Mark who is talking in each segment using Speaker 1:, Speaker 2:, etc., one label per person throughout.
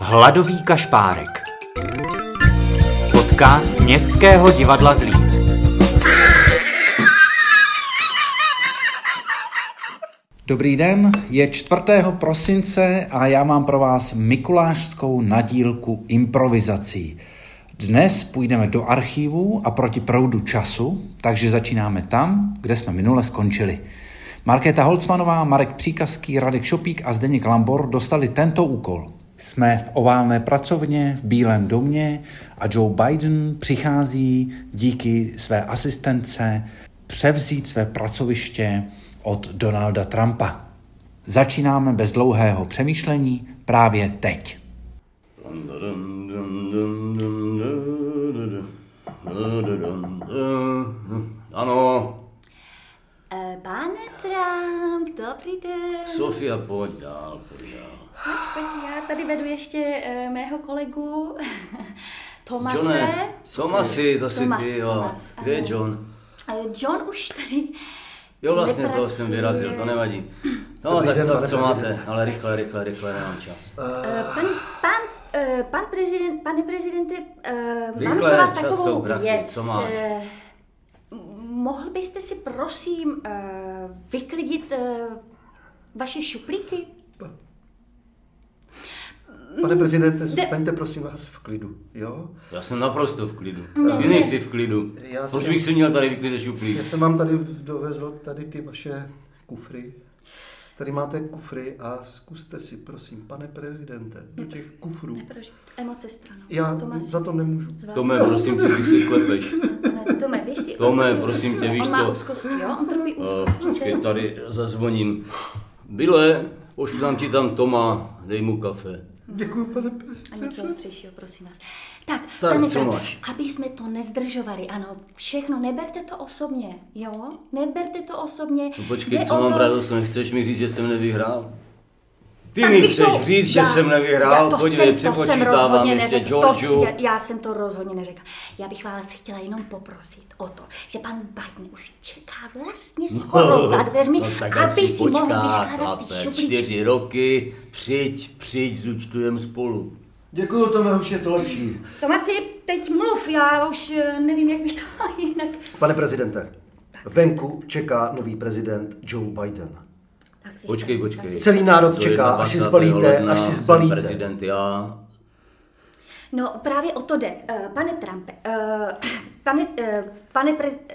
Speaker 1: Hladový kašpárek. Podcast Městského divadla Zlín.
Speaker 2: Dobrý den, je 4. prosince a já mám pro vás mikulášskou nadílku improvizací. Dnes půjdeme do archivu a proti proudu času, takže začínáme tam, kde jsme minule skončili. Markéta Holcmanová, Marek Příkazký, Radek Šopík a Zdeněk Lambor dostali tento úkol. Jsme v oválné pracovně v Bílém domě a Joe Biden přichází díky své asistence převzít své pracoviště od Donalda Trumpa. Začínáme bez dlouhého přemýšlení právě teď.
Speaker 3: Ano,
Speaker 4: Eh, Pane Trump, dobrý den.
Speaker 3: Sofia, pojď dál, pojď dál.
Speaker 4: Pojď, já tady vedu ještě eh, mého kolegu Tomase.
Speaker 3: Johne, Tomasi, to si
Speaker 4: Tomas,
Speaker 3: ty, jo.
Speaker 4: Tomas,
Speaker 3: Kde je
Speaker 4: ano.
Speaker 3: John?
Speaker 4: Eh, John už tady
Speaker 3: Jo, vlastně toho
Speaker 4: nepracuje.
Speaker 3: jsem vyrazil, to nevadí. No,
Speaker 5: Dobrý
Speaker 3: tak
Speaker 5: den,
Speaker 3: to,
Speaker 5: pane
Speaker 3: co
Speaker 5: prezidente.
Speaker 3: máte, ale rychle, rychle, rychle, nemám čas.
Speaker 4: Eh, Pan, pan, eh, pan prezident, pane prezidente, eh, máme
Speaker 3: Rychle,
Speaker 4: pro vás
Speaker 3: čas
Speaker 4: takovou
Speaker 3: jsou kratky,
Speaker 4: věc.
Speaker 3: co máš?
Speaker 4: Eh, Mohl byste si prosím eh, vyklidit eh, vaše šuplíky?
Speaker 5: Pane prezidente, zůstaňte prosím vás v klidu, jo?
Speaker 3: Já jsem naprosto v klidu.
Speaker 4: No.
Speaker 3: Ty nejsi v klidu.
Speaker 5: Já
Speaker 3: Proč
Speaker 5: jsem-
Speaker 3: bych si měl tady vyklízet šuplík?
Speaker 5: Já jsem vám tady dovezl tady ty vaše kufry. Tady máte kufry a zkuste si, prosím, pane prezidente, do těch kufrů.
Speaker 4: Proč? Emoce stranou.
Speaker 5: Já
Speaker 4: Tomas,
Speaker 5: za to nemůžu.
Speaker 4: zvládni.
Speaker 3: Tome, prosím tě, ty si klepeš.
Speaker 4: Tome, Tome, běž si.
Speaker 3: Tome,
Speaker 4: odpočin-
Speaker 3: prosím tě, víš
Speaker 4: On má
Speaker 3: co?
Speaker 4: úzkosti, jo? On trpí
Speaker 3: Eh,
Speaker 4: úzkosti.
Speaker 3: Počkej, tady zazvoním. Bile, pošlám ti tam Toma, dej mu kafe.
Speaker 5: Děkuji, pane
Speaker 4: A něco
Speaker 5: prezidente.
Speaker 4: ostřejšího, prosím vás. Tak,
Speaker 3: Tak,
Speaker 4: pane
Speaker 3: co
Speaker 4: Frank,
Speaker 3: máš?
Speaker 4: aby jsme to nezdržovali, ano, všechno, neberte to osobně, jo? Neberte to osobně.
Speaker 3: No počkej,
Speaker 4: Jde
Speaker 3: co
Speaker 4: o
Speaker 3: mám
Speaker 4: to-
Speaker 3: radost, nechceš mi říct, že jsem nevyhrál? Ty
Speaker 4: Tak
Speaker 3: mi
Speaker 4: bych
Speaker 3: chceš
Speaker 4: to-
Speaker 3: říct,
Speaker 4: já-
Speaker 3: že jsem nevyhrál?
Speaker 4: já to
Speaker 3: Podívej,
Speaker 4: jsem- to jsem
Speaker 3: přepočítávám
Speaker 4: rozhodně
Speaker 3: ještě
Speaker 4: neřekla. To-
Speaker 3: Georgiu.
Speaker 4: já- Já jsem to rozhodně neřekla. Já bych vás chtěla jenom poprosit o to, že pan Biden už čeká vlastně skoro za dveřmi,
Speaker 3: No tak ať
Speaker 4: aby si mohl
Speaker 3: počká,
Speaker 4: vyskládat ty
Speaker 3: chlape,
Speaker 4: šuplíčky.
Speaker 3: čtyři roky, přijď, přijď, zúčtujeme spolu.
Speaker 5: Děkuji, Tome, už je to lepší.
Speaker 4: Tomasi, teď mluv, já už eh, nevím, jak bych to jinak...
Speaker 5: Pane prezidente, venku čeká nový prezident Joe Biden.
Speaker 4: Tak si
Speaker 3: Počkej,
Speaker 4: šťastný,
Speaker 3: počkej.
Speaker 4: tak si-
Speaker 5: Celý národ
Speaker 3: To
Speaker 5: čeká, až si
Speaker 3: 21.
Speaker 5: zbalíte,
Speaker 3: ledna
Speaker 5: až si
Speaker 3: jsem
Speaker 5: zbalíte.
Speaker 3: prezident já.
Speaker 4: No právě o to jde. Eh, Pane Trumpe, eh, pane, eh, pane prez...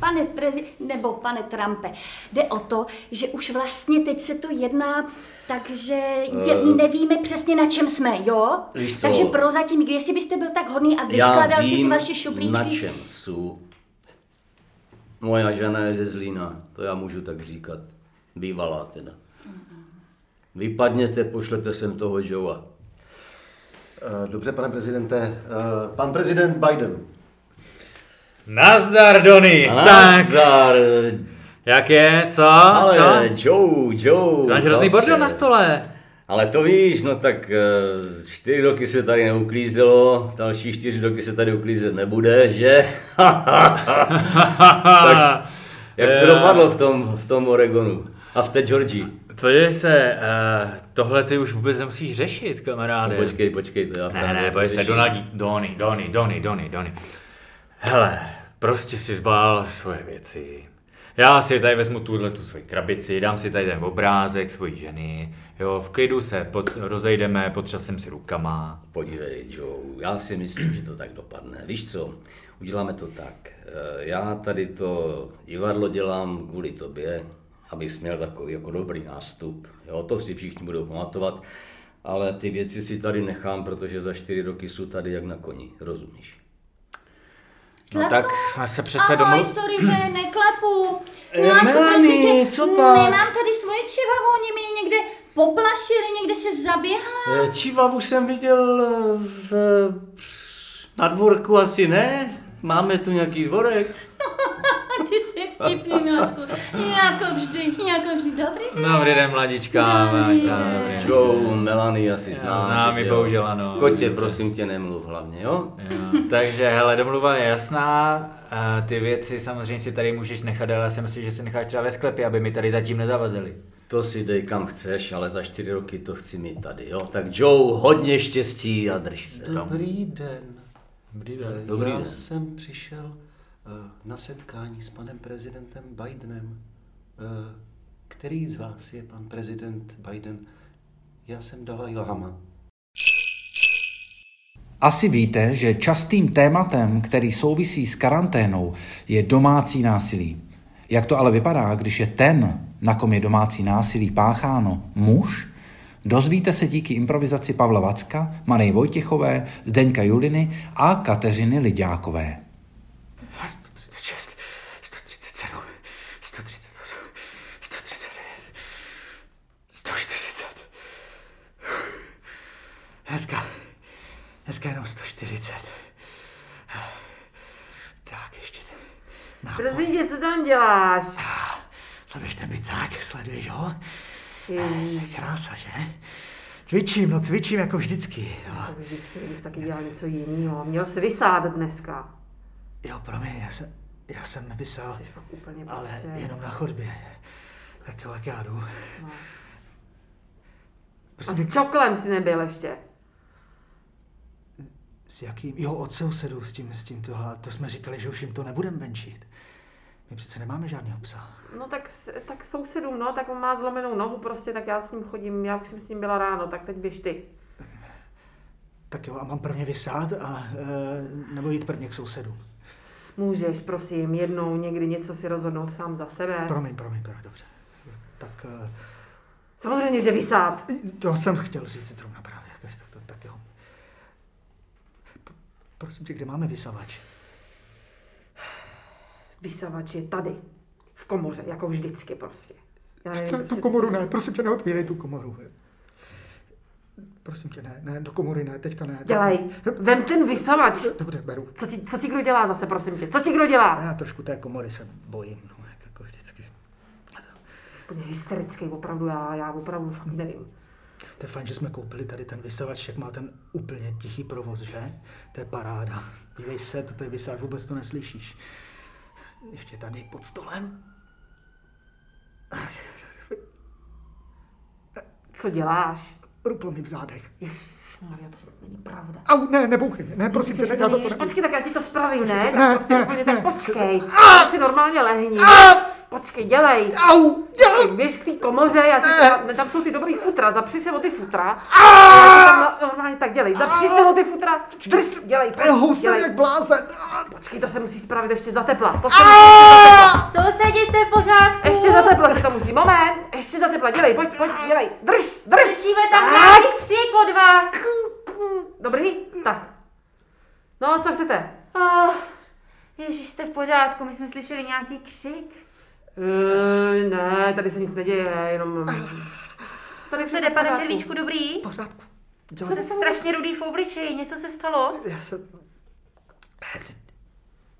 Speaker 4: Pane prezi, nebo pane Trumpe, jde o to, že už vlastně teď se to jedná, takže je, nevíme přesně na čem jsme, jo?
Speaker 3: Eh, Víš co?
Speaker 4: Takže prozatím, jestli byste byl tak hodný a
Speaker 3: Já
Speaker 4: vyskládal si ty
Speaker 3: vím,
Speaker 4: vaše
Speaker 3: na
Speaker 4: šuplíčky.
Speaker 3: čem jsou. Moja žena je ze Zlína, to já můžu tak říkat. Bývalá teda. Vypadněte, pošlete sem toho Joea.
Speaker 5: Eh, Dobře, pane prezidente. Eh, Pan prezident Biden.
Speaker 6: Nazdar, Dony! Tak,
Speaker 3: Nazdar,
Speaker 6: jak je, co?
Speaker 3: ale
Speaker 6: co?
Speaker 3: Joe, Joe.
Speaker 6: Máš hrozný
Speaker 3: chlapče.
Speaker 6: bordel na stole.
Speaker 3: Ale to víš, no tak eh, čtyři roky se tady neuklízelo, další čtyři roky se tady uklízet nebude, že? Tak, Jak to
Speaker 6: Eh.
Speaker 3: dopadlo v tom, v tom Oregonu a v té Georgii?
Speaker 6: Podívej se, eh, tohle ty už vůbec nemusíš řešit, kamaráde.
Speaker 3: No, počkej, počkej, to já jako
Speaker 6: Ne, ne, podívej se,
Speaker 3: řeším.
Speaker 6: Donaldí, Dony, Dony, Dony, Dony, Dony. Hele, prostě si zbál svoje věci. Já si tady vezmu tuhle tu svoji krabici, dám si tady ten obrázek svojí ženy, jo, v klidu se pod, rozejdeme, potřasem si rukama.
Speaker 3: Podívej, Joe, já si myslím, že to tak dopadne. Víš co, uděláme to tak. Eh, Já tady to divadlo dělám kvůli tobě, abys měl takový jako dobrý nástup. Jo, to si všichni budou pamatovat, ale ty věci si tady nechám, protože za čtyři roky jsou tady jak na koni, rozumíš?
Speaker 6: No
Speaker 4: Zlatko,
Speaker 6: tak jsme se přece
Speaker 4: Ahoj,
Speaker 6: domluvili.
Speaker 4: sorry, že neklepu.
Speaker 3: Eh,
Speaker 4: Miláčku, prosím
Speaker 3: Melanie,
Speaker 4: tě,
Speaker 3: co pak?
Speaker 4: Nemám tady svoje čivavo, oni mi je někde poplašili, někde se zaběhla.
Speaker 3: Eh, Čivavu jsem viděl eh, v, na dvorku asi ne, máme tu nějaký dvorek.
Speaker 4: A ty jsi vtipný, Miláčku. Jako vždy, jako vždy. Dobrý den.
Speaker 6: Dobrý den, mladička.
Speaker 4: Dobrý
Speaker 6: Dobrý
Speaker 4: den.
Speaker 6: den.
Speaker 3: Joe, Melanie asi znáš.
Speaker 6: znám ji,
Speaker 3: že jo?
Speaker 6: bohužel ano.
Speaker 3: Kotě, prosím tě, nemluv hlavně, jo?
Speaker 6: Jo, takže hele, domluva je jasná. Eh, A ty věci samozřejmě si tady můžeš nechat, ale já si myslím, že si necháš třeba ve sklepě, aby mi tady zatím nezavazili.
Speaker 3: To si dej kam chceš, ale za čtyři roky to chci mít tady, jo? Tak Joe, hodně štěstí a drž se.
Speaker 5: Dobrý den.
Speaker 6: Dobrý
Speaker 5: Eh,
Speaker 3: Dobrý
Speaker 5: Já
Speaker 3: den.
Speaker 5: jsem přišel eh, na setkání s panem prezidentem Bidenem. Eh, Který z vás je pan prezident Biden? Já jsem Dalaj Lama.
Speaker 2: Asi víte, že častým tématem, který souvisí s karanténou, je domácí násilí. Jak to ale vypadá, když je ten, na kom je domácí násilí pácháno, muž? Dozvíte se díky improvizaci Pavla Vacka, Marie Vojtěchové, Zdeňka Juliny a Kateřiny Lidiákové.
Speaker 6: 136, 137, 138, 139, 140. Dneska, dneska jenom 140. Tak, ještě ten nápoj.
Speaker 7: Prosím tě, co tam děláš?
Speaker 6: Sleduješ ten bicák, sleduješ ho?
Speaker 7: Ježíš,
Speaker 6: Krása, že? Cvičím, no cvičím jako vždycky. Jo,
Speaker 7: to jsi vždycky kdybys taky dělal něco jiného. Měl se vysát dneska.
Speaker 6: jo promiň, já jsem, já jsem vysel,
Speaker 7: Jsi fakt úplně
Speaker 6: ale
Speaker 7: prostě...
Speaker 6: jenom na chodbě. Tak jo, jak já jdu.
Speaker 7: No. A
Speaker 6: Prostě
Speaker 7: s čoklem si nebyl ještě.
Speaker 6: S jakým? Jo, od sousedů s tím, s tím tohle. To jsme říkali, že už jim to nebudem venčit. My přece nemáme žádného psa.
Speaker 7: No tak, s- tak sousedům, no, tak on má zlomenou nohu prostě, tak já s ním chodím, já už jsem s ním byla ráno, tak teď běž ty.
Speaker 8: Tak jo, a mám prvně vysát a e, nebo jít prvně k sousedům.
Speaker 7: Můžeš, prosím, jednou někdy něco si rozhodnout sám za sebe.
Speaker 8: Promiň, promiň, promiň, dobře. Tak e,
Speaker 7: Samozřejmě, že vysát.
Speaker 8: to jsem chtěl říct zrovna právě, jakože tak, to, tak jo. P- Prosím tě, kde máme vysavač?
Speaker 7: Vysavač je tady, v komoře, jako vždycky prostě. Já nevím,
Speaker 8: Tu,
Speaker 7: prostě,
Speaker 8: tu komoru ne, prosím tě, neotvírej tu komoru. Prosím tě, ne, ne, do komory ne, teďka ne.
Speaker 7: Dělej, vem ten vysavač.
Speaker 8: Dobře, beru.
Speaker 7: Co ti, co ti kdo dělá zase, prosím tě? Co ti kdo dělá?
Speaker 8: A já trošku té komory se bojím, no, jak, jako vždycky.
Speaker 7: Úplně hysterický, opravdu, já, já opravdu fakt nevím.
Speaker 8: To je fajn, že jsme koupili tady ten vysavač, jak má ten úplně tichý provoz, že? To je paráda. Dívej se, to tady vysáš, vůbec to neslyšíš. Ještě tady pod stolem.
Speaker 7: Co děláš?
Speaker 8: Ruplo mi v zádech.
Speaker 7: Maria, to snad není pravda.
Speaker 8: Au, ne, nebouchej mě, ne, prosím tě, ne, já za to ne.
Speaker 7: Počkej, tak já ti to spravím, ne?
Speaker 8: Ne,
Speaker 7: Tak prostě
Speaker 8: ne,
Speaker 7: úplně, tak
Speaker 8: ne.
Speaker 7: počkej. Tak si normálně lehni. Počkej, dělej.
Speaker 8: Au, dělej!
Speaker 7: Běž k té komoře, já ti
Speaker 8: Ne.
Speaker 7: tam, tam jsou ty dobrý futra, zapři se o ty futra. Já ti tam Normálně tak dělej, zapři se o ty futra, drž, dělej,
Speaker 8: To je housen
Speaker 7: dělej.
Speaker 8: jak blázen. A,
Speaker 7: Počkej, to se musí spravit ještě za tepla. Poslední,
Speaker 9: Sousedi jste v pořádku.
Speaker 7: ještě za tepla se to musí, moment, ještě za tepla, dělej, pojď, pojď, dělej, drž, drž.
Speaker 9: Slyšíme tam
Speaker 7: Tak.
Speaker 9: nějaký křik od vás.
Speaker 7: Dobrý? Tak. No, co chcete?
Speaker 9: Oh, ježiš, jste v pořádku, my jsme slyšeli nějaký křik.
Speaker 7: Uh, ne, tady se nic neděje, jenom...
Speaker 9: Tady se
Speaker 7: jsem
Speaker 9: jde,
Speaker 7: v
Speaker 9: pane
Speaker 7: pořádku.
Speaker 9: Červíčku, dobrý?
Speaker 8: pořádku.
Speaker 9: Jste
Speaker 8: Dělej,
Speaker 9: strašně rudý v obličeji, něco se stalo?
Speaker 8: já se...
Speaker 7: Nic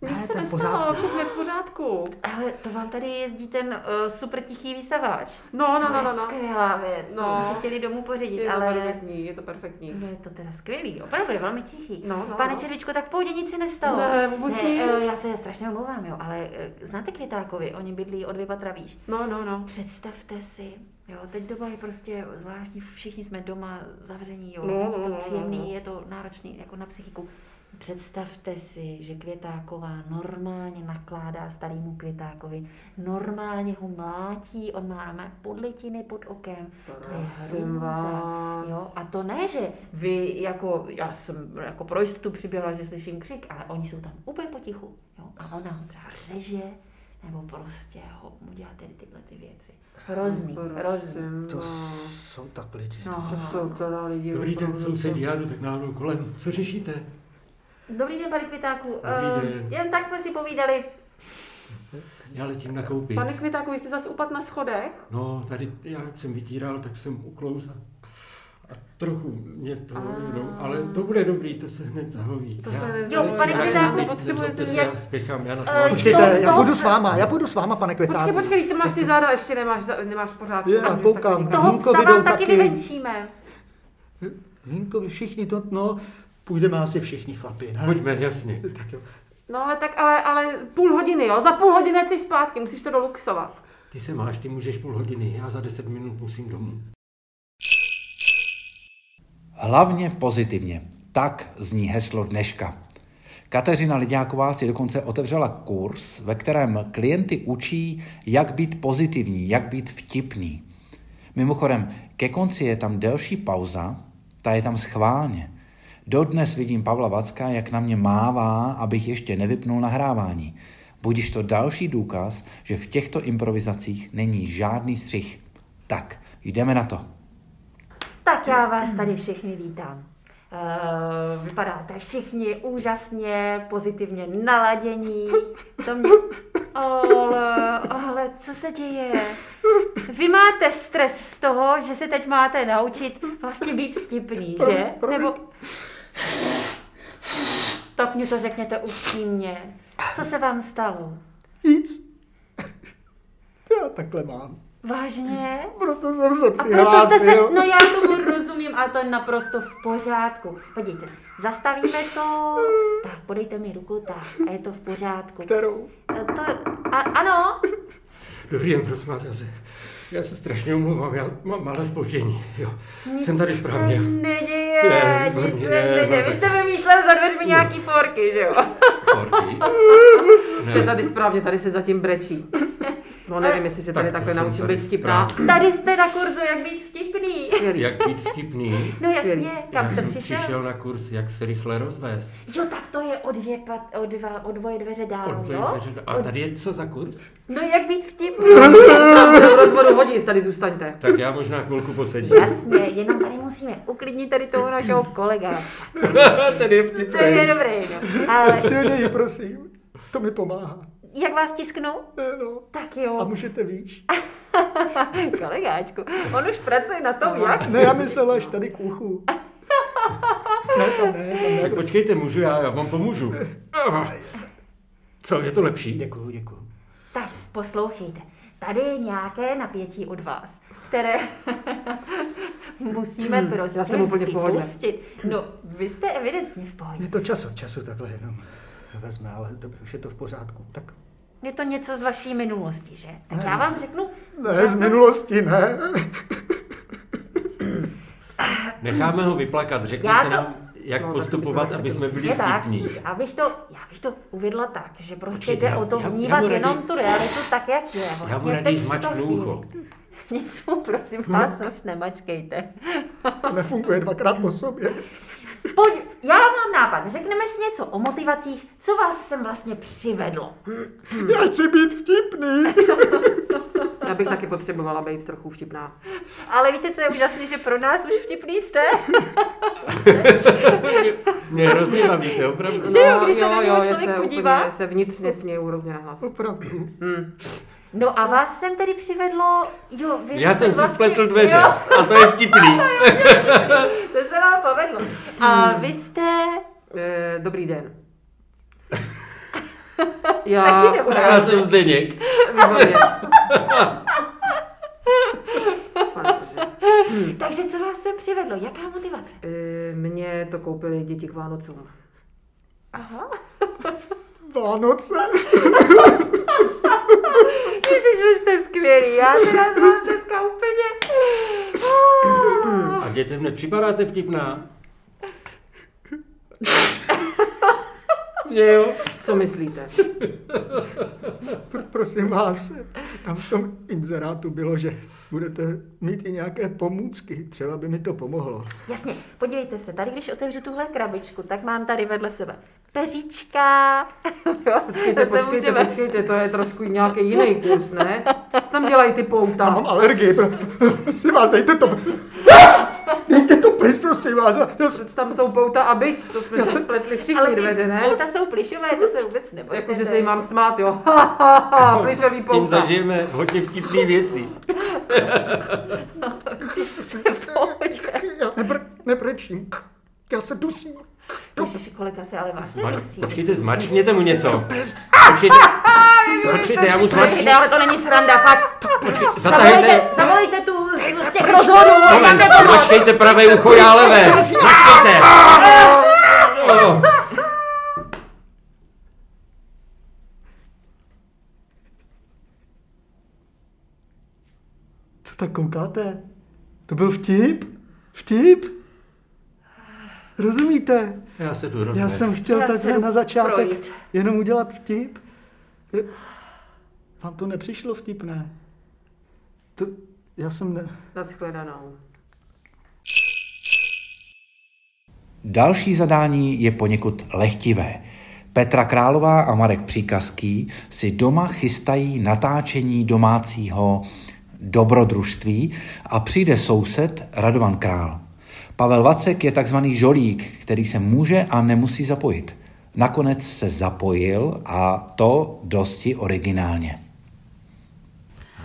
Speaker 8: Ne,
Speaker 7: se
Speaker 8: to je v
Speaker 7: nestalo,
Speaker 8: pořádku.
Speaker 7: Všechno je v pořádku.
Speaker 9: Ale to vám tady jezdí ten uh, super tichý vysavač.
Speaker 7: No, no,
Speaker 9: To
Speaker 7: no,
Speaker 9: je
Speaker 7: no. no.
Speaker 9: skvělá věc, no. to
Speaker 7: No.
Speaker 9: jsme si chtěli domů pořídit,
Speaker 7: Je to
Speaker 9: ale... no,
Speaker 7: perfektní, je to perfektní.
Speaker 9: Je to teda skvělý, opravdu je velmi tichý.
Speaker 7: No, no,
Speaker 9: Pane
Speaker 7: no.
Speaker 9: Červičko, tak pohodě nic si nestalo.
Speaker 7: Ne, vůbec nic.
Speaker 9: eh, já se strašně omlouvám, jo, ale eh, znáte Květákovi, oni bydlí o dvě patra výš.
Speaker 7: No, no, no.
Speaker 9: Představte si, jo, teď doba je prostě zvláštní, všichni jsme doma zavření, jo,
Speaker 7: No,
Speaker 9: není
Speaker 7: no,
Speaker 9: to
Speaker 7: no, no, no.
Speaker 9: příjemný, je to náročný jako na psychiku. Představte si, že Květáková normálně nakládá starýmu Květákovi, normálně ho mlátí, on má, má podlitiny pod okem, to je
Speaker 7: Prosím
Speaker 9: hrůza.
Speaker 7: vás.
Speaker 9: Jo, a to ne, že vy jako, já jsem jako pro jistotu přiběhla, že slyším křik, ale oni jsou tam úplně potichu. Jo, a ona ho třeba řeže, nebo prostě ho, mu dělá tedy tyhle ty věci. Hrozný,
Speaker 10: Mm,
Speaker 9: hrozný.
Speaker 7: Prosím
Speaker 8: To
Speaker 7: vás.
Speaker 8: jsou tak lidi.
Speaker 7: To
Speaker 9: No.
Speaker 7: jsou teda lidi.
Speaker 10: Dobrý den,
Speaker 7: opravdu,
Speaker 10: sousedi,
Speaker 7: to-
Speaker 10: já jdu tak náhodou kolem. Co řešíte?
Speaker 9: Dobrý den, pane Kvitáku.
Speaker 10: Dobrý
Speaker 9: Eh,
Speaker 10: den.
Speaker 9: jen tak jsme si povídali.
Speaker 10: Já letím nakoupit.
Speaker 7: Pane Kvitáku, jste zase upadl na schodech?
Speaker 10: No, tady já jak jsem vytíral, tak jsem uklouzal. A trochu mě to, no, ale to bude dobrý, to se hned zahoví.
Speaker 7: To
Speaker 10: já,
Speaker 7: se nezlobte.
Speaker 9: Jo,
Speaker 10: letím
Speaker 9: pane
Speaker 10: nakoupit,
Speaker 9: Květáku,
Speaker 10: nezlobte
Speaker 7: potřebujete-
Speaker 10: se, já spěchám, já na
Speaker 9: Eh,
Speaker 8: Počkejte,
Speaker 9: to-
Speaker 8: já
Speaker 9: to-
Speaker 8: půjdu s váma, já půjdu s váma, pane Květáku.
Speaker 7: Počkej, počkej, ty máš ty záda, ještě nemáš, za- nemáš pořád.
Speaker 8: Je,
Speaker 7: Takže
Speaker 8: koukám.
Speaker 7: taky nikam.
Speaker 9: Toho
Speaker 8: Hýnko
Speaker 9: psa
Speaker 8: vydou
Speaker 9: vám taky
Speaker 8: taky.
Speaker 9: vyvenčíme.
Speaker 8: Hinko, vy všichni to, no, půjdeme asi všichni chlapi, ne?
Speaker 10: Pojďme, jasně.
Speaker 8: Tak jo.
Speaker 7: No ale tak, ale, ale půl hodiny, jo? Za půl hodiny jsi zpátky, musíš to doluxovat.
Speaker 11: Ty se máš, ty můžeš půl hodiny, já za deset minut musím domů.
Speaker 2: Hlavně pozitivně. Tak zní heslo dneška. Kateřina Lidáková si dokonce otevřela kurz, ve kterém klienty učí, jak být pozitivní, jak být vtipný. Mimochodem, ke konci je tam delší pauza, ta je tam schválně. Dodnes vidím Pavla Vacka, jak na mě mává, abych ještě nevypnul nahrávání. Budiš to další důkaz, že v těchto improvizacích není žádný střih. Tak, jdeme na to.
Speaker 9: Tak já vás tady všechny vítám. Uh, vypadáte všichni úžasně, pozitivně naladění. To mě... Ale, ale co se děje? Vy máte stres z toho, že se teď máte naučit vlastně být vtipný, že? Nebo... Tak mě to řekněte upřímně. Co se vám stalo?
Speaker 8: Nic. Já takhle mám.
Speaker 9: Vážně?
Speaker 8: Proto jsem se
Speaker 9: A proto jste se,
Speaker 8: přihlásil.
Speaker 9: no já tomu rozumím, ale to je naprosto v pořádku. Podívejte, zastavíme to, tak podejte mi ruku, tak, a je to v pořádku.
Speaker 8: Kterou?
Speaker 9: E, To, a, ano,
Speaker 11: Dobrý den, prosím vás, já se, já se strašně omlouvám, já mám malé spoždění, jo. Jsem tady správně.
Speaker 9: se neděje,
Speaker 11: Ne,
Speaker 9: nic se
Speaker 11: Barney, ne,
Speaker 9: neděje.
Speaker 11: ne,
Speaker 9: Vy
Speaker 11: tak-
Speaker 9: jste vymýšlel za dveřmi nějaký forky, že jo?
Speaker 11: Forky.
Speaker 7: Jste tady správně, tady se zatím brečí. No nevím, jestli se tady
Speaker 11: Tak to
Speaker 7: takhle
Speaker 11: jsem
Speaker 7: naučím
Speaker 11: tady
Speaker 7: být vtipná.
Speaker 11: správně.
Speaker 9: Tady jste na kurzu, jak být vtipný.
Speaker 7: Skvělý.
Speaker 11: Jak být vtipný.
Speaker 9: No
Speaker 7: Skvělý.
Speaker 9: jasně, kam
Speaker 11: Já
Speaker 9: jste
Speaker 11: jsem
Speaker 9: přišel?
Speaker 11: přišel na kurz, jak se rychle rozvést.
Speaker 9: Jo, tak to je o, dvě, pat- o, dva, o dvoje dveře dál,
Speaker 11: Od dvě
Speaker 9: jo?
Speaker 11: dveře do- A tady je co za kurz?
Speaker 9: No jak být vtipný?
Speaker 7: Do rozvodu hodin, tady zůstaňte.
Speaker 11: Tak já možná chvilku posedím.
Speaker 9: Jasně, jenom tady musíme uklidnit tady toho našeho kolega.
Speaker 11: Ten je
Speaker 9: To je
Speaker 11: vtipný.
Speaker 9: dobré, no. Ale
Speaker 8: Silněji, prosím. To mi pomáhá.
Speaker 9: jak vás tisknu?
Speaker 8: Eh, No.
Speaker 9: Tak jo.
Speaker 8: A můžete výš.
Speaker 9: Kolegáčku, on už pracuje na tom,
Speaker 7: No.
Speaker 9: jak?
Speaker 8: Ne, já myslel až tady k uchu. Ne, tam ne, tam ne.
Speaker 11: Tak
Speaker 8: Prostě.
Speaker 11: počkejte, můžu, já, já vám pomůžu. Ah. Co, je to lepší?
Speaker 8: Děkuju, děkuju.
Speaker 9: Tak poslouchejte, tady je nějaké napětí od vás, které musíme prostě
Speaker 7: Hmm, já jsem úplně v pohodě.
Speaker 9: vypustit. No, vy jste evidentně v pohodě.
Speaker 8: Mě to čas od času takhle jenom vezme, ale dobře, už je to v pořádku. Tak
Speaker 9: Je to něco z vaší minulosti, že?
Speaker 7: No,
Speaker 9: Tak já vám řeknu...
Speaker 8: ne, z minulosti ne.
Speaker 11: Necháme ho vyplakat,
Speaker 9: Já
Speaker 11: řekněte
Speaker 9: to-
Speaker 11: nám, jak
Speaker 7: No, tak
Speaker 11: postupovat,
Speaker 7: bychom
Speaker 11: aby jsme byli
Speaker 9: Je tak, Vlastně
Speaker 11: vtipní.
Speaker 9: já bych, to, já bych to uvedla tak, že prostě
Speaker 11: Počkejte,
Speaker 9: jde
Speaker 11: já-
Speaker 9: o to
Speaker 11: já- já mu
Speaker 9: vnímat
Speaker 11: raději-
Speaker 9: jenom tu realitu tak, jak je. Vlastně
Speaker 11: Já mu
Speaker 9: teď
Speaker 11: raději
Speaker 9: v tuto
Speaker 11: zmačknu
Speaker 9: chvíli.
Speaker 11: ucho.
Speaker 9: Nic mu prosím vás už nemačkejte.
Speaker 8: To nefunguje dvakrát po sobě.
Speaker 9: Pojď, já mám nápad. Řekneme si něco o motivacích, co vás sem vlastně přivedlo.
Speaker 8: Já chci být
Speaker 12: No,
Speaker 8: vtipný.
Speaker 7: Já bych taky potřebovala být trochu vtipná.
Speaker 9: Ale víte, co je úžasné, že pro nás už vtipný jste?
Speaker 11: Mě hrozně bavíte, opravdu.
Speaker 7: No,
Speaker 9: Že jo, když se na něho člověk
Speaker 7: se
Speaker 9: podívá?
Speaker 7: Úplně, se vnitřně směju hrozně na hlas.
Speaker 8: Opravdu.
Speaker 9: No a vás sem tedy přivedlo, jo, vy
Speaker 11: Já
Speaker 9: jste
Speaker 11: jsem si
Speaker 9: vlastně,
Speaker 11: spletl dveře
Speaker 9: Jo,
Speaker 11: a to je vtipný.
Speaker 9: to se vám povedlo. A vy jste...
Speaker 7: Eh, dobrý den.
Speaker 9: Taky
Speaker 7: Já,
Speaker 9: dobrá.
Speaker 11: Já jsem Zdeněk.
Speaker 7: Výborně.
Speaker 9: Hmm. Takže co vás sem přivedlo? Jaká motivace?
Speaker 7: Eh, Mně to koupili děti k Vánocům.
Speaker 9: Aha.
Speaker 8: Vánoce.
Speaker 9: Ježiš, vy jste skvělí, já teda z vás dneska úplně... Ah.
Speaker 11: A dětem nepřipadáte vtipná? Mě jo.
Speaker 7: Co myslíte?
Speaker 8: Pr- prosím vás, tam v tom inzerátu bylo, že budete mít i nějaké pomůcky. Třeba by mi to pomohlo.
Speaker 9: Jasně, podívejte se, tady když otevřu tuhle krabičku, tak mám tady vedle sebe peříčka.
Speaker 7: Počkejte, počkejte, počkejte, to je trošku nějaký jiný kurz, ne? Co tam dělají ty
Speaker 8: Já mám
Speaker 7: pouta?
Speaker 8: alergii. Pro... Prosím vás, dejte to... Dejte to pryč, prosím vás. Já
Speaker 7: Proč tam jsou pouta a bič? To jsme se spletli
Speaker 9: Ale
Speaker 7: všichni dveře,
Speaker 9: ty
Speaker 7: ne?
Speaker 9: pouta jsou plišové, to Jako, se vůbec nebojte.
Speaker 13: Jako
Speaker 7: Jakože
Speaker 9: to
Speaker 7: se
Speaker 9: je-
Speaker 7: jim mám smát, jo. Ha, ha, ha, plišový
Speaker 11: Tím
Speaker 7: pouta.
Speaker 11: zažijeme hodně vtipný věcí.
Speaker 8: já nepr- nebrečím. Já se dusím.
Speaker 9: Ježiši, kolega se ale vás
Speaker 11: Zmač,
Speaker 9: nemusí.
Speaker 11: počkejte, zmačkněte mu něco. Počkejte, počkejte, já mu zmačknu.
Speaker 9: Počkejte, ale to není sranda, fakt.
Speaker 11: Zatahejte.
Speaker 9: Zavolejte, zavolejte tu z, z těch rozhodů, máte pomoc.
Speaker 11: Počkejte pravé ucho, já levé. Počkejte. No.
Speaker 8: Tak koukáte? To byl vtip? Vtip? Rozumíte?
Speaker 10: Já se jdu
Speaker 8: Já
Speaker 10: rozvést.
Speaker 8: jsem chtěl
Speaker 9: Já se
Speaker 8: takhle
Speaker 9: jdu
Speaker 8: na začátek
Speaker 9: projít.
Speaker 8: jenom udělat vtip. Je- Vám to nepřišlo vtipné? To, já jsem ne...
Speaker 7: Naschledanou.
Speaker 2: Další zadání je poněkud lehtivé. Petra Králová a Marek Příkazký si doma chystají natáčení domácího dobrodružství a přijde soused Radovan Král. Pavel Vacek je takzvaný žolík, který se může a nemusí zapojit. Nakonec se zapojil a to dosti originálně.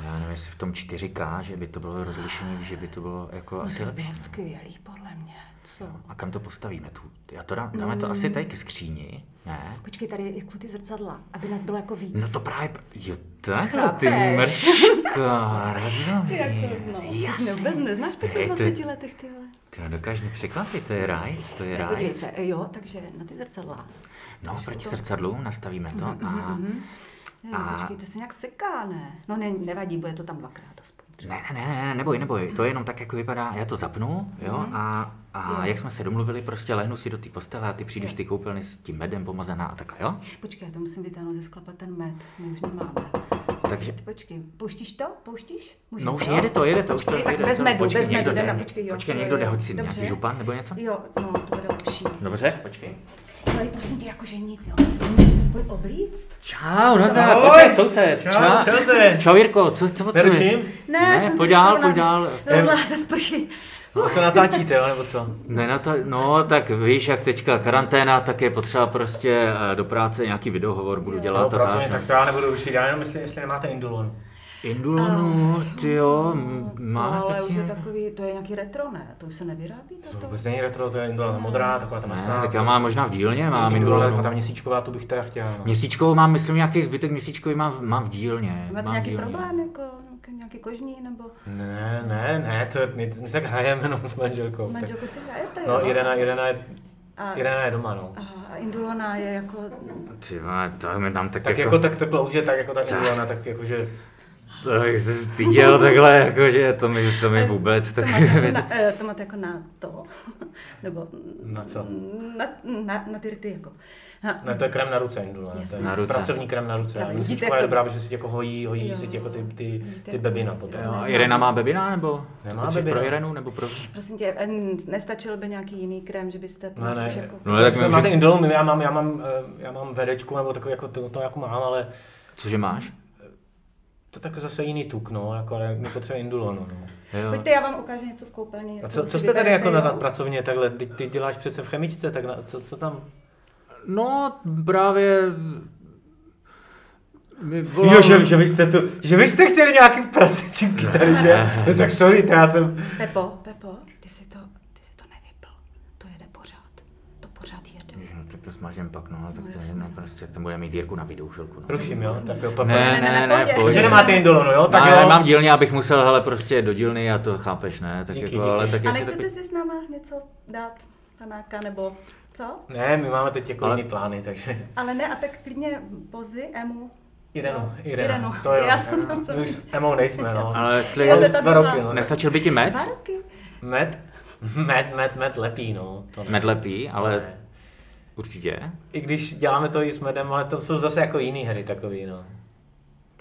Speaker 6: Já nevím, jestli v tom 4K, že by to bylo rozlišení, že by to bylo jako asi lepší.
Speaker 13: skvělý, podle mě. Co?
Speaker 6: A kam to postavíme? Tu? Já to dám, dáme to asi tady ke skříni, ne?
Speaker 13: Počkej, tady jak jsou ty zrcadla, aby nás bylo jako víc.
Speaker 6: No to právě... Jo, takhle, ty mrška, rozumím.
Speaker 13: No
Speaker 6: Jasně.
Speaker 13: vůbec neznáš po těch
Speaker 6: Hej, Jako, to je-
Speaker 13: 20 letech tyhle.
Speaker 6: Ty ho dokážu překvapit, to je rájc, to je
Speaker 13: Podívej
Speaker 6: rájc.
Speaker 13: se, E, jo, takže na ty zrcadla.
Speaker 6: No, proti zrcadlům nastavíme to a...
Speaker 13: Jo,
Speaker 6: A-
Speaker 13: E, Počkej, to se nějak seká, ne? No ne, nevadí, bude to tam dvakrát aspoň.
Speaker 6: Ne, ne, ne, ne, neboj, neboj, to je jenom tak, jako vypadá, já to zapnu, Mhm. jo, a, a jak jsme se domluvili, prostě lehnu si do té postele a ty přijdeš ty koupelny s tím medem pomazaná a takhle, jo?
Speaker 13: Počkej, já to musím vytáhnout ze sklapa ten med, my už nemáme.
Speaker 6: Takže,
Speaker 13: Počkej, pouštíš to? Pouštíš? Můžeš
Speaker 6: no už jede to, jede to, už to
Speaker 13: Počkej, tak
Speaker 6: jede.
Speaker 13: bez
Speaker 6: to-
Speaker 13: medu,
Speaker 6: počkej,
Speaker 13: bez
Speaker 6: někdo
Speaker 13: medu,
Speaker 6: jde,
Speaker 13: jdeme,
Speaker 6: ně-
Speaker 13: počkej, jo.
Speaker 6: Počkej,
Speaker 13: jo,
Speaker 6: někdo
Speaker 13: jo,
Speaker 6: jde
Speaker 13: jo.
Speaker 6: hodit
Speaker 13: Dobře.
Speaker 6: nějaký župan nebo něco?
Speaker 13: Jo, no, to bude lepší.
Speaker 6: Dobře, počkej.
Speaker 13: Ale prosím tě, jakože nic, jo. Můžeš se aspoň oblíct?
Speaker 6: Čau, nazdar, pojďte, soused. Čau, čau, čau Jirko, co, co potřebuješ?
Speaker 12: Neruším?
Speaker 13: Ne,
Speaker 6: ne
Speaker 13: jsem
Speaker 6: pojď dál,
Speaker 13: zastavila.
Speaker 6: pojď dál.
Speaker 13: Vylezla ze sprchy.
Speaker 12: A co natáčíte, jo, nebo co?
Speaker 6: Ne, no, to, no, tak víš, jak teďka karanténa, tak je potřeba prostě eh, do práce nějaký videohovor budu
Speaker 12: No,
Speaker 6: dělat. a
Speaker 12: pracovně, tak to já nebudu rušit, já jenom myslím, jestli nemáte indulon.
Speaker 6: Indulonu, ty jo, máme
Speaker 13: to, ale už je
Speaker 6: pěkně.
Speaker 13: takový, to je nějaký retro, ne? To už se nevyrábí
Speaker 12: To
Speaker 13: toto?
Speaker 12: vůbec není retro, to je indulon modrá, taková ta
Speaker 6: Ne,
Speaker 12: masná.
Speaker 6: tak já mám no. možná v dílně, mám
Speaker 12: indulon, taková
Speaker 6: Indulonu.
Speaker 12: ta měsíčková, tu bych teda chtěl. No.
Speaker 6: Měsíčkovou mám, myslím, nějaký zbytek měsíčkový mám, mám v dílně.
Speaker 13: Máte
Speaker 6: mám v
Speaker 13: nějaký
Speaker 6: dílně.
Speaker 13: problém, jako nějaký- nějaký kožní, nebo
Speaker 12: Ne, ne, ne, to, my, my se tak hrajeme jenom s manželkou. tak-
Speaker 13: manželku si hrajete,
Speaker 12: No,
Speaker 13: jo?
Speaker 12: Irena, Irena je,
Speaker 13: A-
Speaker 12: Irena je doma, no.
Speaker 13: Aha, a indulona je jako...
Speaker 6: Ty vole, to mi tam tak,
Speaker 12: Tak jako, tak to klouže, tak jako ta Indulona, tak jakože...
Speaker 6: To bych se styděl takhle, jakože to mi, to mi vůbec tak
Speaker 13: To máte, jako
Speaker 6: věc.
Speaker 13: na, eh, to máte jako na to, nebo
Speaker 12: Na co?
Speaker 13: na, na, na ty rty, jako. Na,
Speaker 12: Ne, to je krem na ruce, Indulona.
Speaker 13: Jasně.
Speaker 12: to je
Speaker 6: Na ruce.
Speaker 12: Pracovní krem na ruce.
Speaker 13: Já
Speaker 12: A
Speaker 13: vidíte,
Speaker 12: měsíčková
Speaker 13: jak
Speaker 12: je
Speaker 13: to-
Speaker 12: právě, že si jako hojí, hojí
Speaker 13: Jo.
Speaker 12: si jako ty, ty,
Speaker 13: Vidíte,
Speaker 12: ty
Speaker 13: jak
Speaker 12: bebina
Speaker 13: to-
Speaker 12: potom.
Speaker 13: Jo.
Speaker 6: A Irena má bebina, nebo?
Speaker 12: Nemá
Speaker 6: To potřebuješ
Speaker 12: bebina.
Speaker 6: Pro Irenu, nebo pro...
Speaker 13: prosím tě, eh, nestačil by nějaký jiný krém, že byste...
Speaker 12: Ne, ne.
Speaker 13: už Jako,
Speaker 6: No, tak my
Speaker 12: Máte
Speaker 6: můžeme-
Speaker 12: indolum, já mám, já mám, eh, já mám vedečku, nebo takový, jako to, to jako mám, ale
Speaker 6: Cože máš?
Speaker 12: to je tak zase jiný tuk, no, jako, ale my potřebujeme indulonu, no.
Speaker 6: Jo.
Speaker 13: Pojďte, já vám ukážu něco v koupelně.
Speaker 12: A
Speaker 13: něco
Speaker 12: co,
Speaker 13: si
Speaker 12: co jste tady
Speaker 13: vyberete,
Speaker 12: jako na,
Speaker 13: jo?
Speaker 12: na pracovně takhle, ty, ty děláš přece v chemičce, tak na, co, co tam?
Speaker 6: No, právě... My volám...
Speaker 12: Jo, že, že, vy jste tu, že vy jste chtěli nějaký prasečinky tady, že? No, tak sorry, to já jsem...
Speaker 13: Pepo, Pepo, ty si to, ty si to nevypl. To jede pořád. To pořád jede.
Speaker 6: No, tak to smažem pak, no, tak to je, no, prostě to bude mít Jirku na videu chvilku, no.
Speaker 12: Ruším, jo? Tak jo, pak.
Speaker 6: Ne,
Speaker 13: ne,
Speaker 6: ne,
Speaker 13: ne,
Speaker 6: ne,
Speaker 13: pohodě.
Speaker 6: pojď.
Speaker 12: Takže nemáte indolonu, jo? Tak
Speaker 6: Mám,
Speaker 12: jo.
Speaker 6: ale mám dílně, abych musel, hele, prostě do dílny a to chápeš, ne? Tak
Speaker 12: Díky,
Speaker 6: jako,
Speaker 12: díky.
Speaker 6: ale tak
Speaker 13: A
Speaker 6: jestli
Speaker 13: nechcete
Speaker 6: taky-
Speaker 13: si s náma něco dát, panáka, nebo co?
Speaker 12: Ne, my máme teď jako
Speaker 6: Ale-
Speaker 12: jiný plány, takže...
Speaker 13: Ale ne, a tak klidně pozvi Emu.
Speaker 12: Irenu,
Speaker 13: Co?
Speaker 12: Irenu,
Speaker 13: Irenu.
Speaker 12: to jo.
Speaker 13: Já jsem tam
Speaker 12: My už s Emou nejsme, no.
Speaker 6: Ale jestli...
Speaker 13: Já
Speaker 12: To už
Speaker 13: to tam
Speaker 12: dva
Speaker 13: nemám.
Speaker 12: roky, no.
Speaker 6: Nestačil by ti med?
Speaker 13: Dva roky.
Speaker 12: Med, med, med, med lepí, no. To ne.
Speaker 6: Med lepí, ale
Speaker 12: To ne.
Speaker 6: určitě.
Speaker 12: I když děláme to i s medem, ale to jsou zase jako jiný hry takový, no.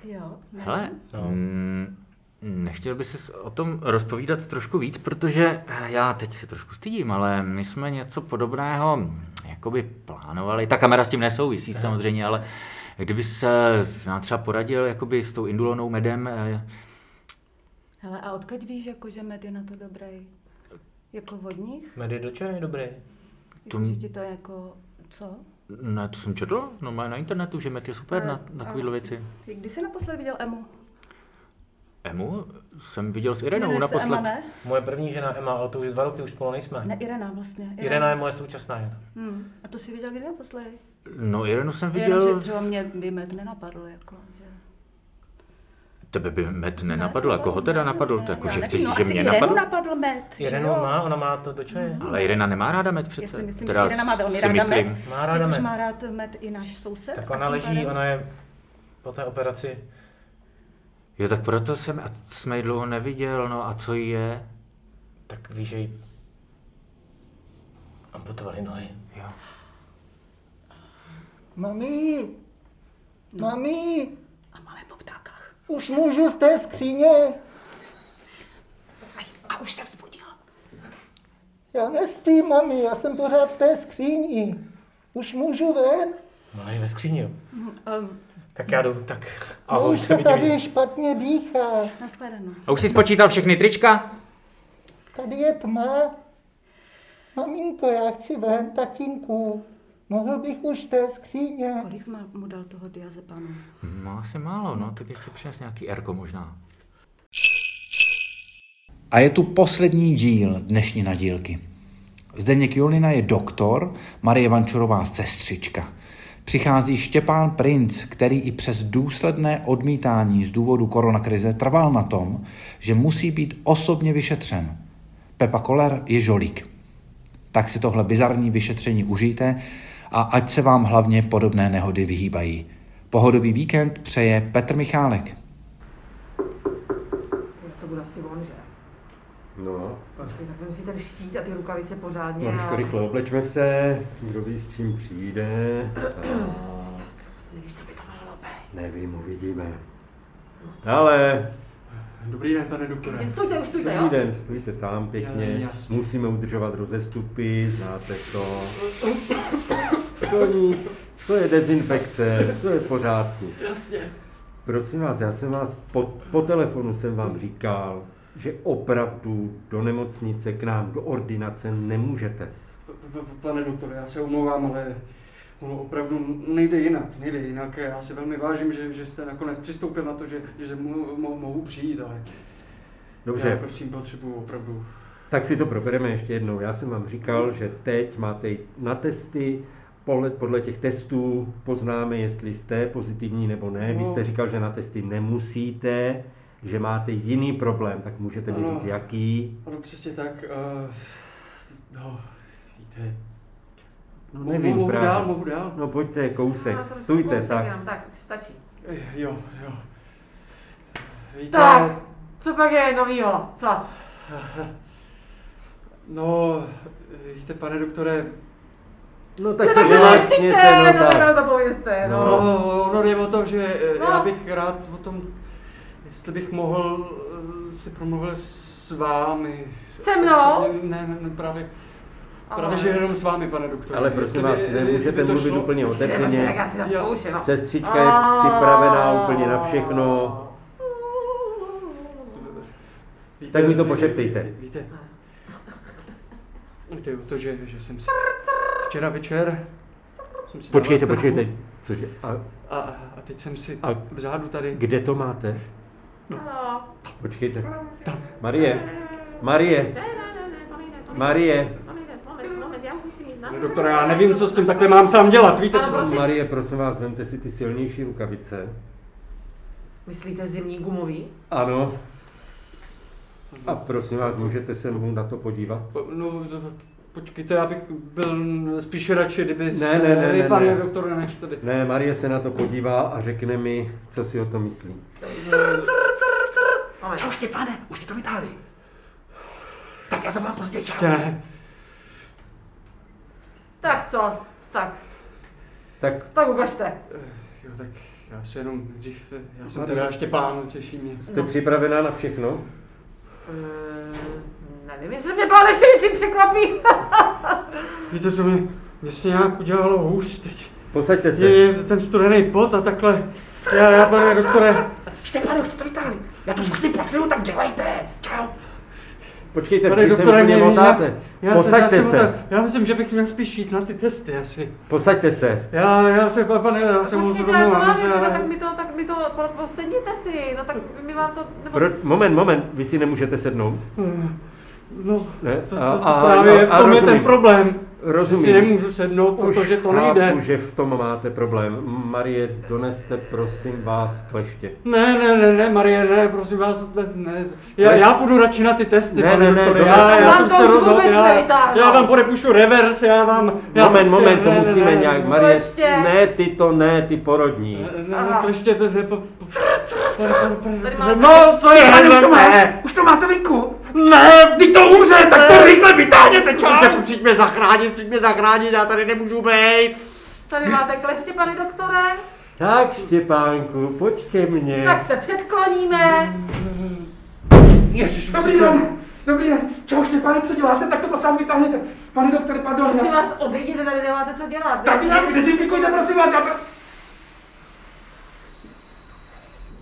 Speaker 13: Jo. ne.
Speaker 6: Hele,
Speaker 12: No.
Speaker 6: mm, nechtěl by si o tom rozpovídat trošku víc, protože eh, já teď se trošku stydím, ale my jsme něco podobného mm, jakoby plánovali. Ta kamera s tím nesouvisí samozřejmě, ale kdyby se eh, nám třeba poradil jakoby s tou indulonou medem, eh,
Speaker 13: Hele, a odkud víš, jako, že med je na to dobrý? Jako vodních?
Speaker 12: Med je do čeho je dobrý?
Speaker 13: To... Jako, že ti to jako, co?
Speaker 6: ne, to jsem četl, no na internetu, že med je super na, na takovýhle věci.
Speaker 13: Kdy jsi naposled viděl Emu?
Speaker 6: Emu jsem viděl s
Speaker 13: Jmenuje
Speaker 6: Irenou
Speaker 13: se
Speaker 6: naposled.
Speaker 13: Ema, ne?
Speaker 12: Moje první žena Emma, ale to už dva roky už spolu nejsme.
Speaker 13: Ne, Irena vlastně. Irena.
Speaker 12: Irena je moje současná žena.
Speaker 13: Hmm. A to jsi viděl kdy naposledy?
Speaker 6: No Irenu jsem
Speaker 13: Viděl... Jenom, že
Speaker 6: viděl,
Speaker 13: třeba mě by med nenapadl, jako, že...
Speaker 6: tebe by med nenapadl, jako ho teda napadl, to jako,
Speaker 13: já
Speaker 6: že
Speaker 13: nevím,
Speaker 6: chceš,
Speaker 13: no,
Speaker 6: říct, že
Speaker 13: asi
Speaker 6: mě
Speaker 13: Irenu
Speaker 6: napadl.
Speaker 13: napadl med, že
Speaker 12: Irenu
Speaker 13: jo?
Speaker 12: má, ona má to do čeho
Speaker 6: Ale Irena nemá ráda med
Speaker 13: Já
Speaker 6: přece.
Speaker 13: si myslím,
Speaker 6: Teda
Speaker 13: že Irena má velmi
Speaker 6: si
Speaker 13: ráda
Speaker 6: myslím.
Speaker 13: med.
Speaker 12: Má ráda
Speaker 13: Teď už
Speaker 12: med.
Speaker 13: má rád med i náš soused.
Speaker 12: Tak
Speaker 13: a
Speaker 12: ona
Speaker 13: tím
Speaker 12: leží,
Speaker 13: pádem-
Speaker 12: ona je po té operaci
Speaker 6: Jo, tak proto jsem, a jsme ji dlouho neviděl, no a co jí je?
Speaker 12: Tak víš, že jí
Speaker 11: Amputovali nohy.
Speaker 6: Jo.
Speaker 14: Mami! Mami!
Speaker 4: A máme po ptákách.
Speaker 14: Už můžu z té skříně?
Speaker 4: A už se vzbudil.
Speaker 14: Já nespím, mami, já jsem pořád v té skříni. Už můžu ven?
Speaker 12: No je ve skříni, jo.
Speaker 13: Um,
Speaker 12: Tak já jdu, tak
Speaker 14: Ahoj,
Speaker 12: ahoj,
Speaker 14: už
Speaker 12: to
Speaker 14: se
Speaker 12: vidím.
Speaker 14: tady
Speaker 12: že-
Speaker 14: špatně dýchá.
Speaker 13: Naschledanou.
Speaker 1: A už jsi spočítal všechny trička?
Speaker 14: Tady je tma. Maminko, já chci ven, tatínku. Mohl bych už z té skříně.
Speaker 13: Kolik jsi mu dal toho diazepanu?
Speaker 6: No asi málo, no, tak ještě přines nějaký erko možná.
Speaker 2: A je tu poslední díl dnešní nadílky. Zdeněk Julina je doktor, Marie Vančurová sestřička. Přichází Štěpán Princ, který i přes důsledné odmítání z důvodu koronakrize trval na tom, že musí být osobně vyšetřen. Pepa Koller je žolík. Tak si tohle bizarní vyšetření užijte a ať se vám hlavně podobné nehody vyhýbají. Pohodový víkend přeje Petr Michálek.
Speaker 7: To bude asi on, že?
Speaker 11: No,
Speaker 7: Počkej, tak vem si ten štít a ty rukavice pořádně.
Speaker 11: trošku
Speaker 7: a-
Speaker 11: No, rychle oblečme se, kdo ví s čím přijde. A...
Speaker 7: Nevíš, co by to mohlo být.
Speaker 11: Nevím, uvidíme. Ale...
Speaker 10: Dobrý den, pane doktore.
Speaker 7: Stůjte, už stůjte,
Speaker 11: Dobrý den, stůjte tam pěkně.
Speaker 10: Jo, jasně.
Speaker 11: Musíme udržovat rozestupy, znáte to. To nic, to je dezinfekce, to je v pořádku.
Speaker 10: Jasně.
Speaker 11: Prosím vás, já jsem vás po, po telefonu jsem vám říkal, že opravdu do nemocnice k nám, do ordinace nemůžete.
Speaker 10: P- p- Pane doktore, já se omlouvám, ale ono opravdu nejde jinak, nejde jinak. Já si velmi vážím, že, že jste nakonec přistoupil na to, že, že mu, mo, mohu přijít, ale
Speaker 11: Dobře.
Speaker 10: já prosím potřebuju opravdu.
Speaker 11: Tak si to probereme ještě jednou. Já jsem vám říkal, že teď máte jít na testy, podle, podle těch testů poznáme, jestli jste pozitivní nebo ne. Vy
Speaker 10: No.
Speaker 11: jste říkal, že na testy nemusíte, že máte jiný problém, tak můžete mi
Speaker 10: Ano.
Speaker 11: říct, jaký.
Speaker 10: Ano, přesně tak. Uh, no, víte,
Speaker 11: No,
Speaker 10: Mo-
Speaker 11: nevím
Speaker 10: mohu
Speaker 11: právě.
Speaker 10: dál, mohu dál?
Speaker 11: No pojďte, kousek,
Speaker 7: No, trošku
Speaker 11: stůjte
Speaker 7: kousek
Speaker 11: tak.
Speaker 7: jenom, tak, stačí.
Speaker 10: Eh, jo, jo. Víte,
Speaker 7: Tak, co pak je novýho? Co?
Speaker 10: no, víte, pane doktore,
Speaker 11: No
Speaker 7: No, tak se nestyďte, no, no, no, to povězte,
Speaker 10: No,
Speaker 7: no.
Speaker 10: no, ono jde o to, že eh,
Speaker 7: No.
Speaker 10: já bych rád o tom, jestli bych mohl eh, si promluvil s vámi.
Speaker 7: Se mnou?
Speaker 10: S- Ne, ne, ne právě,
Speaker 7: Aha.
Speaker 10: právě že jenom s vámi, pane doktore.
Speaker 11: Ale prosím
Speaker 10: Jestli
Speaker 11: vás,
Speaker 10: by- jestli
Speaker 11: nemůžete
Speaker 10: by to
Speaker 11: mluvit
Speaker 10: šlo-
Speaker 11: úplně
Speaker 10: Počkej,
Speaker 11: otevřeně.
Speaker 10: tak já si zase
Speaker 11: Jo.
Speaker 10: zkouším, no.
Speaker 11: Sestřička je připravená úplně na všechno.
Speaker 10: Víte,
Speaker 11: Tak mi to
Speaker 10: víte,
Speaker 11: pošeptejte.
Speaker 10: Víte, jde o to, že, že jsem si včera večer... jsem si dával
Speaker 11: Počkejte,
Speaker 10: trochu-
Speaker 11: počkejte. Cože? A
Speaker 10: A, a teď jsem si
Speaker 11: A-
Speaker 10: vzadu tady...
Speaker 11: kde to máte?
Speaker 7: No.
Speaker 11: Počkejte. Marie, Marie,
Speaker 9: Ne, ne, ne, ne, to nejde, to nejde.
Speaker 11: Marie.
Speaker 9: To nejde, moment, moment, já už musím jít na
Speaker 10: No,
Speaker 9: seznam.
Speaker 10: doktore, já nevím, co s tím takhle mám sám dělat, víte
Speaker 9: Ale
Speaker 10: co?
Speaker 9: prosím,
Speaker 11: Marie, prosím vás, vemte si ty silnější rukavice.
Speaker 7: Myslíte zimní gumový?
Speaker 11: Ano. A prosím vás, můžete se mnou na to podívat?
Speaker 10: Po- No, to- počkejte, já bych byl spíš radši, kdyby...
Speaker 11: Ne, ne, ne, ne,
Speaker 10: Pane
Speaker 11: ne.
Speaker 10: doktore, než tady.
Speaker 11: Ne, Marie se na to podívá a řekne mi, co si o to myslí.
Speaker 14: Čau, Štěpáne, už ti to vytáhli.
Speaker 7: Tak já jsem vám prostě
Speaker 11: Ještě ne.
Speaker 7: Tak co? Tak,
Speaker 11: Tak
Speaker 7: tak ukažte.
Speaker 10: Jo, tak já se jenom dřív, já jsem
Speaker 11: Marie.
Speaker 10: teda Štěpán, těší mě.
Speaker 11: jste připravená na všechno?
Speaker 7: Ehm, nevím, jestli mě pán ještě něčím překvapí.
Speaker 10: Víte co, mě, mě se nějak udělalo hůř teď.
Speaker 11: Posaďte se.
Speaker 10: Je, je ten studený pot a takhle. Já, já, pane doktore,
Speaker 14: Štěpáne, už ti to vytáhli. Já to zkušený pracuju, tak dělejte. Čau.
Speaker 11: Počkejte,
Speaker 10: pane
Speaker 11: vy se
Speaker 10: doktore,
Speaker 11: úplně
Speaker 10: mě,
Speaker 11: motáte.
Speaker 10: já, já, se, já,
Speaker 11: Posaďte
Speaker 10: se.
Speaker 11: se.
Speaker 10: motám. já myslím, že bych měl spíš jít na ty testy asi.
Speaker 11: Posaďte se.
Speaker 10: Já, já se, pa- pane, já se moc
Speaker 7: Počkejte, ale co
Speaker 10: domluvám, já
Speaker 7: mám
Speaker 10: se,
Speaker 7: dělat? No,
Speaker 10: já,
Speaker 7: tak mi to, tak mi to, po- posedněte si, no tak my vám to, nebo
Speaker 11: Pro, moment, moment, vy si nemůžete sednout.
Speaker 10: No,
Speaker 11: Ne,
Speaker 10: to, to,
Speaker 11: a-
Speaker 10: to
Speaker 11: a-
Speaker 10: právě
Speaker 11: a-
Speaker 10: v
Speaker 11: a
Speaker 10: tom je
Speaker 11: rozumím.
Speaker 10: ten prostě problém.
Speaker 11: Rozumím.
Speaker 10: Že si nemůžu sednout,
Speaker 11: Už
Speaker 10: protože to
Speaker 11: chápu,
Speaker 10: nejde.
Speaker 11: že v tom máte problém. Marie, doneste prosím vás kleště.
Speaker 10: Ne, ne, ne, ne, Marie, ne, prosím vás, ne, ne. Já,
Speaker 11: Ne.
Speaker 10: já půjdu radši na ty testy,
Speaker 11: Ne,
Speaker 10: pane
Speaker 11: ne, ne,
Speaker 10: doktore,
Speaker 11: to
Speaker 10: já,
Speaker 11: ne.
Speaker 10: já
Speaker 7: Prostě.
Speaker 10: jsem
Speaker 11: Vám to
Speaker 10: se
Speaker 11: už
Speaker 10: rozhodl,
Speaker 11: vůbec
Speaker 10: já,
Speaker 11: nevytáhnou.
Speaker 10: já vám podepíšu revers, já vám, já
Speaker 11: moment,
Speaker 10: prostě-
Speaker 11: moment, to
Speaker 10: ne, ne,
Speaker 11: musíme
Speaker 10: ne,
Speaker 11: nějak,
Speaker 10: ne,
Speaker 11: Marie,
Speaker 10: Kleště.
Speaker 11: ne ty to, ne ty porodní.
Speaker 10: Ne, ne, kleště, to je, po-
Speaker 15: No, co je
Speaker 10: Pane, už to
Speaker 15: zase?
Speaker 10: máš,
Speaker 15: Už to máte venku.
Speaker 10: Ne,
Speaker 15: vy to umře, tak to rychle vytáhněte, čo?
Speaker 10: Musíte, přijď mě zachránit, přijď mě zachránit, já tady nemůžu být.
Speaker 7: Tady máte kleště, pane doktore.
Speaker 11: Tak, Štěpánku, pojď ke mně.
Speaker 7: Tak se předkloníme.
Speaker 10: Ježiš,
Speaker 15: Dobrý den, dobrý den. Čau, Štěpáne, co děláte? Tak to prosím vás vytáhněte. Pane doktore, pardon.
Speaker 7: Prosím
Speaker 15: já-
Speaker 7: vás, odejděte, tady nemáte co dělat.
Speaker 15: Tak nějak dezinfikujte, prosím vás. Já...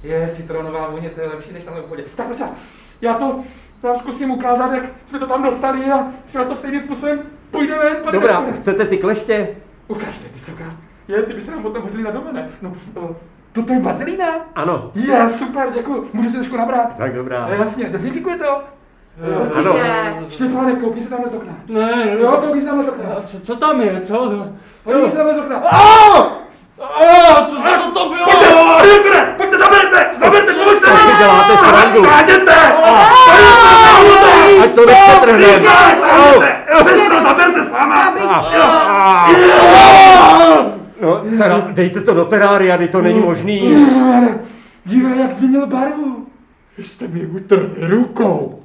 Speaker 15: Je, citronová vůně, to je lepší než tamhle v bodě. Tak prosím vás, já to vám zkusím ukázat, jak jsme to tam dostali a třeba to stejným způsobem půjde ven, pane
Speaker 11: Dobrá,
Speaker 15: doktore.
Speaker 11: chcete ty kleště?
Speaker 15: Ukažte, ty jsou krásné. Je, ty by se nám potom hodili na domene. No, no, to, to je vazelína?
Speaker 11: Ano.
Speaker 15: Je, super, děkuji. Můžu si trošku nabrát?
Speaker 11: Tak dobrá. Eh,
Speaker 15: Eh, Jasně, dezinfikuje to?
Speaker 10: Jo,
Speaker 15: Určitě.
Speaker 10: ano.
Speaker 15: Štěpáne, koukni se tamhle z okna.
Speaker 10: Ne, ne,
Speaker 15: Jo, koukni se tamhle z okna.
Speaker 10: A co, co tam je, co? to-
Speaker 15: Koukni se tamhle z okna.
Speaker 10: A, co, co to bylo?
Speaker 15: Pojďte, pane doktore, pojďte, zaberte, zaberte, pomozte.
Speaker 11: To si děláte srandu.
Speaker 15: Chráněte.
Speaker 11: Ať to nepřetrhneme.
Speaker 15: Sestra, zaberte s náma.
Speaker 11: No, teda, dejte to do terária, kdy to není možný.
Speaker 15: Dívej, jak změnil barvu. Vy jste mi utrhli rukou.